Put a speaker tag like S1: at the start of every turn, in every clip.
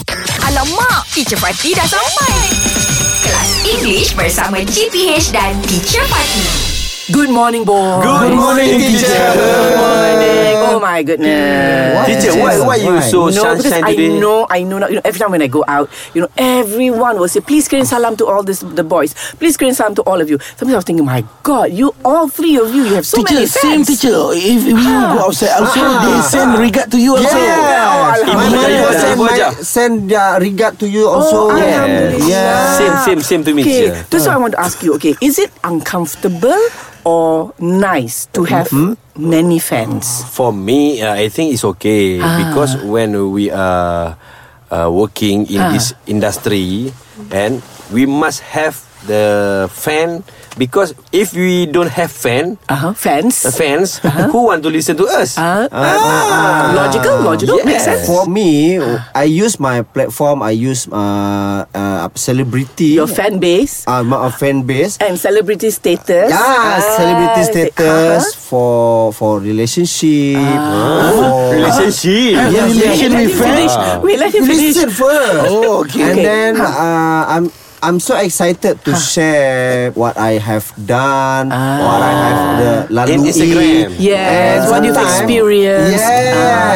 S1: kacau mak. Teacher Fatih dah sampai. Kelas English bersama GPH dan Teacher Fatih.
S2: Good morning, boy.
S3: Good morning, teacher.
S2: Good morning. Oh my goodness.
S3: Why? Teacher, why- why you so
S2: no, because
S3: sunshine
S2: I
S3: today?
S2: know, I know, now, you know. Every time when I go out, you know, everyone will say, "Please green salam to all this the boys. Please green salam to all of you." Sometimes I was thinking, "My God, you all three of you, you have so
S4: teacher,
S2: many fans."
S4: same
S2: Ah,
S4: teacher. If you go outside, also
S3: Ah.
S4: they send regard to you also.
S2: Yeah.
S3: Ibu
S5: Mama
S3: Daya
S5: you
S3: dah
S5: send,
S3: buat
S5: my,
S3: je.
S5: send their regard to you also.
S2: Oh,
S3: Yeah.
S2: Alhamdulillah.
S5: Yeah.
S3: Same, same, same to me,
S2: Okay,
S3: teacher. Ah.
S2: that's what I want to ask you. Okay, is it uncomfortable or nice to
S3: Mm-hmm.
S2: have many fans?
S3: For me, uh, I think it's okay
S2: Ah.
S3: because when we are uh, working
S2: Ah.
S3: in this industry, and we must have the fan because if we don't have fan,
S2: Uh-huh. Fans.
S3: the fans
S2: Uh-huh.
S3: who want to listen to us?
S2: Uh, Logical, logical, makes sense.
S3: Yes.
S5: For me, I use my platform. I use uh, uh, celebrity.
S2: Your fan base
S5: Uh, my uh, fan base.
S2: and celebrity status. Ah. Uh-huh.
S5: Yeah, celebrity status for for relationship.
S2: Ah.
S5: for-
S3: Relationship. Ah.
S5: Yeah,
S4: Relation
S2: Let
S5: yeah.
S4: with
S2: him
S4: friend.
S2: finish. Wait, let him finish.
S5: Listen first.
S4: Oh, okay.
S5: And
S2: Okay. Ha.
S5: then uh, I'm I'm so excited to share what I have done, what I have the
S3: In
S5: lalui.
S2: Ah.
S3: Instagram.
S2: Yes, what you've
S5: sometime-
S2: experienced. Ah.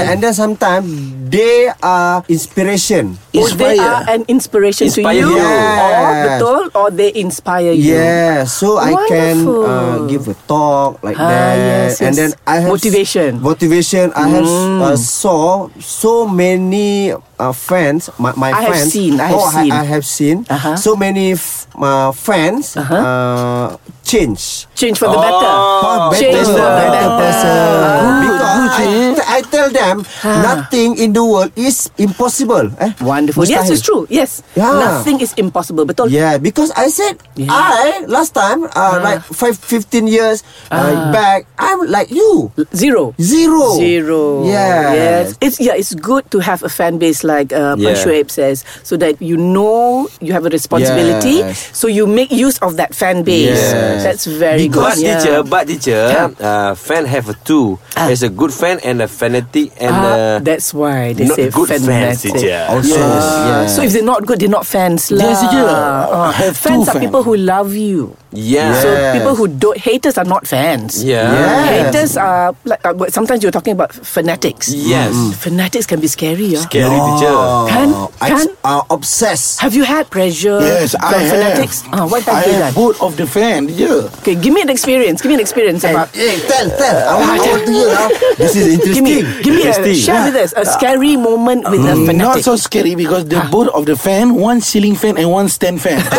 S5: Yeah, and then sometimes they are inspiration.
S2: Oh, they
S4: Inspire.
S2: are an inspiration to
S3: Inspire
S2: you.
S3: you.
S2: Or
S5: Yes.
S2: betul, or they inspire you.
S5: Yeah, so I can uh,
S2: Wonderful.
S5: give a talk like
S2: Ah,
S5: that,
S2: yes,
S5: and
S2: yes.
S5: then I have
S2: Motivation. Mm.
S5: Motivation. I have uh, saw so many uh, fans. My, my
S2: I have
S5: friends.
S2: seen, I have
S5: oh,
S2: seen.
S5: I, I have seen
S2: Uh-huh.
S5: so many f- uh, fans uh, change.
S2: Change for the better.
S5: Oh,
S2: Change
S5: better,
S2: for the Ah.
S5: better
S2: better.
S5: person. Because I, I tell them
S2: Ah.
S5: nothing in the world is impossible. Eh?
S2: Wonderful. Yes,
S5: Mustahil.
S2: it's true. Yes.
S5: Yeah.
S2: Nothing is impossible. Betul.
S5: Yeah, because I said
S2: Yeah.
S5: I last time uh, like five, 15 years uh, back, I'm like you.
S2: Zero.
S5: Zero.
S2: Zero.
S5: Oh, Yes.
S2: Yes. It's yeah. It's good to have a fan base like uh, Pan
S3: Yeah.
S2: Shuib says, so that you know you have a responsibility.
S5: Yes.
S2: So you make use of that fan base.
S5: Yes.
S2: That's very
S3: But
S2: good. Yeah.
S3: teacher, but teacher, uh, fan have a two. There's a good fan and a fanatic and
S2: Ah,
S3: uh,
S2: that's why they
S3: not
S2: say
S3: good fans,
S2: fanatic.
S3: teacher.
S5: Also,
S2: Ah,
S5: yes.
S2: So if they're not good, they're not fans lah.
S4: Yes, teacher.
S2: Ah,
S4: I have
S2: fans
S4: two
S2: are
S4: fan.
S2: people who love you.
S3: Yeah.
S2: So
S5: Yes.
S2: people who don't haters are not fans.
S3: yeah.
S5: Yeah.
S2: Haters are like uh, but sometimes you're talking about fanatics.
S3: Yes. Mm.
S2: Fanatics can be scary. Yeah.
S3: Scary teacher.
S2: Can
S5: I
S2: can
S5: uh, obsessed.
S2: have you had pressure?
S4: Yes,
S2: from
S4: I have.
S2: fanatics? Ah, what
S4: I
S2: have you
S4: have
S2: done?
S4: both of the fan, yeah.
S2: Okay, give me an experience. Give me an experience about.
S5: Hey, tell, tell. I want, I want to hear now. This is
S2: Give me,
S5: interesting.
S2: give me a
S3: Interesting.
S2: share with us a scary moment with a
S4: Uh, Not
S2: fanatic.
S4: so scary because the
S2: Ah.
S4: both of the fan, one ceiling fan and one stand fan.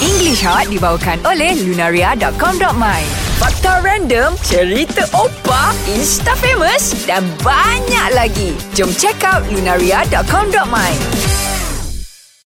S1: English Hot dibawakan oleh Lunaria.com.my Fakta random, cerita opa, insta famous dan banyak lagi. Jom check out Lunaria.com.my